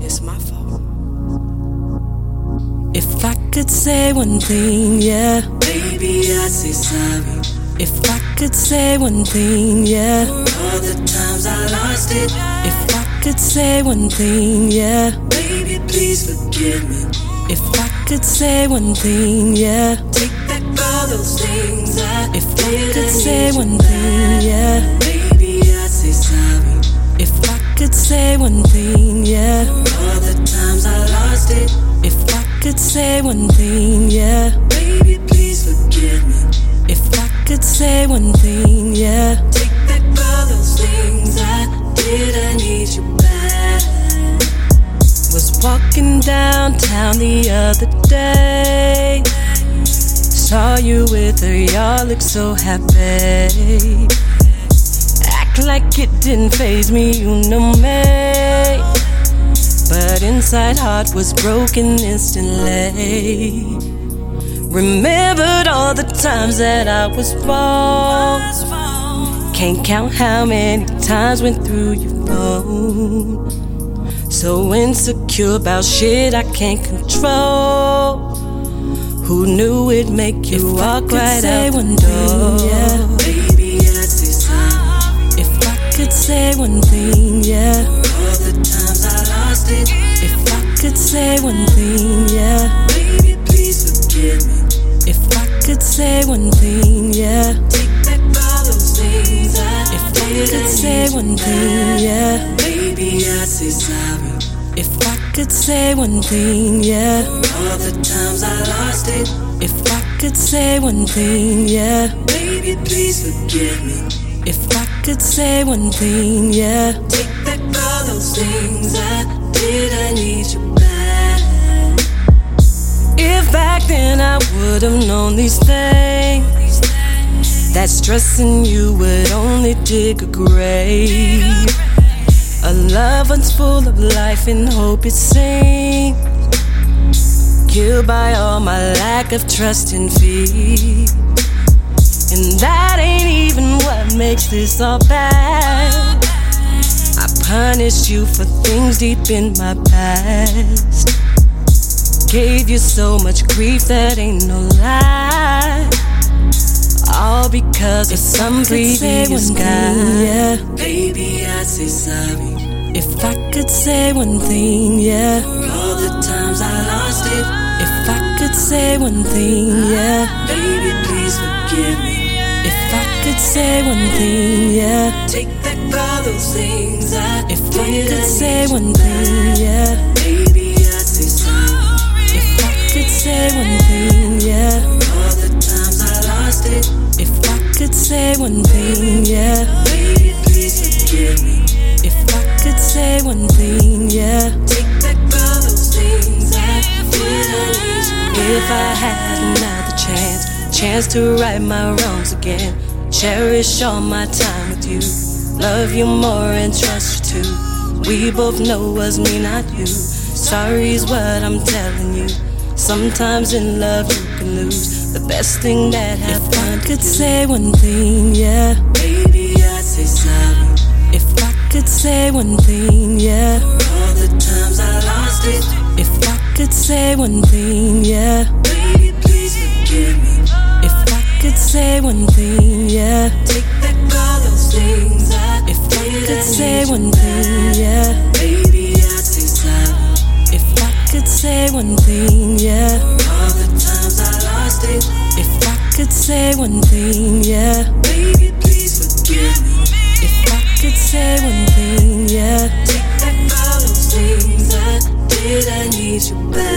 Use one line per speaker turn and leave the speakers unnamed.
It's my fault.
If I could say one thing, yeah.
Baby, I say sorry
If I could say one thing, yeah.
for all the times I lost it.
If I could say one thing, yeah.
Baby, please forgive me.
If I could say one thing, yeah.
Take back all those things I
If I
did
could
I
say
need you
one
back.
thing, yeah.
Baby, I say sorry
If I could say one thing, yeah.
for all the times I lost it.
If I could say one thing, yeah.
Baby, please forgive me.
If I could say one thing, yeah.
Take back all those things I did I need you back.
Was walking downtown the other day. Saw you with her, y'all look so happy. Act like it didn't phase me, you know me. But inside heart was broken instantly. Remembered all the times that I was wrong. Can't count how many times went through your phone. So insecure about shit I can't control. Who knew it'd make you
If I
walk
could
right
say
out
one
the
thing,
door?
yeah. Baby, I say sorry
If I could say one thing, yeah.
for all the times I lost it.
If I could say one thing, yeah.
Baby, please forgive me.
If I could say one thing, yeah.
Take back all those things I
If I
did I
could
need
say
you
one thing,
back.
yeah.
Baby, I say sorry
If I could say one thing, yeah.
for all the times I lost it.
If I could say one thing, yeah.
Baby, please forgive me.
If I could say one thing, yeah.
Take back all those things I did I need you back.
If back then I would have known these things, that stressing you would only dig a grave. A love one's full of life and hope it sinks. Killed by all my lack of trust and fear. And that ain't even what makes this all bad. I punished you for things deep in my past. Gave you so much grief that ain't no lie. All because of some previous guy. Yeah.
Baby, I say sorry
If I could say one thing, yeah.
for all the times I lost it.
If I could say one thing, yeah.
Baby, please forgive me.
If I could say one thing, yeah.
Take back all those things I
If I
did
could
I
say
need
one
you
thing,
back.
yeah.
Baby, I say sorry
If I could say one thing, yeah.
for all the times I lost it.
If I could say one thing, yeah.
Baby, please forgive me.
If I could say one thing, yeah.
Take back all those things I did I need you
If I had another chance, chance to right my wrongs again, cherish all my time with you. Love you more and trust you too. We both know was me, not you. Sorry's what I'm telling you. Sometimes in love you can lose the best thing that happened. If I could say one thing, yeah.
Baby, I say sorry
If I could say one thing, yeah.
for all the times I lost it.
If I could say one thing, yeah.
Baby, please forgive me.
If I could say one thing, yeah.
Take back all those things I
If I
did I
could say
need you
one
back.
thing, yeah.
Baby, I say sorry
If I could say one thing, yeah.
for all the times I lost it.
If I could say one thing, yeah.
Baby, please forgive me.
If I could say one thing, yeah.
Take back all those things I did I need you back.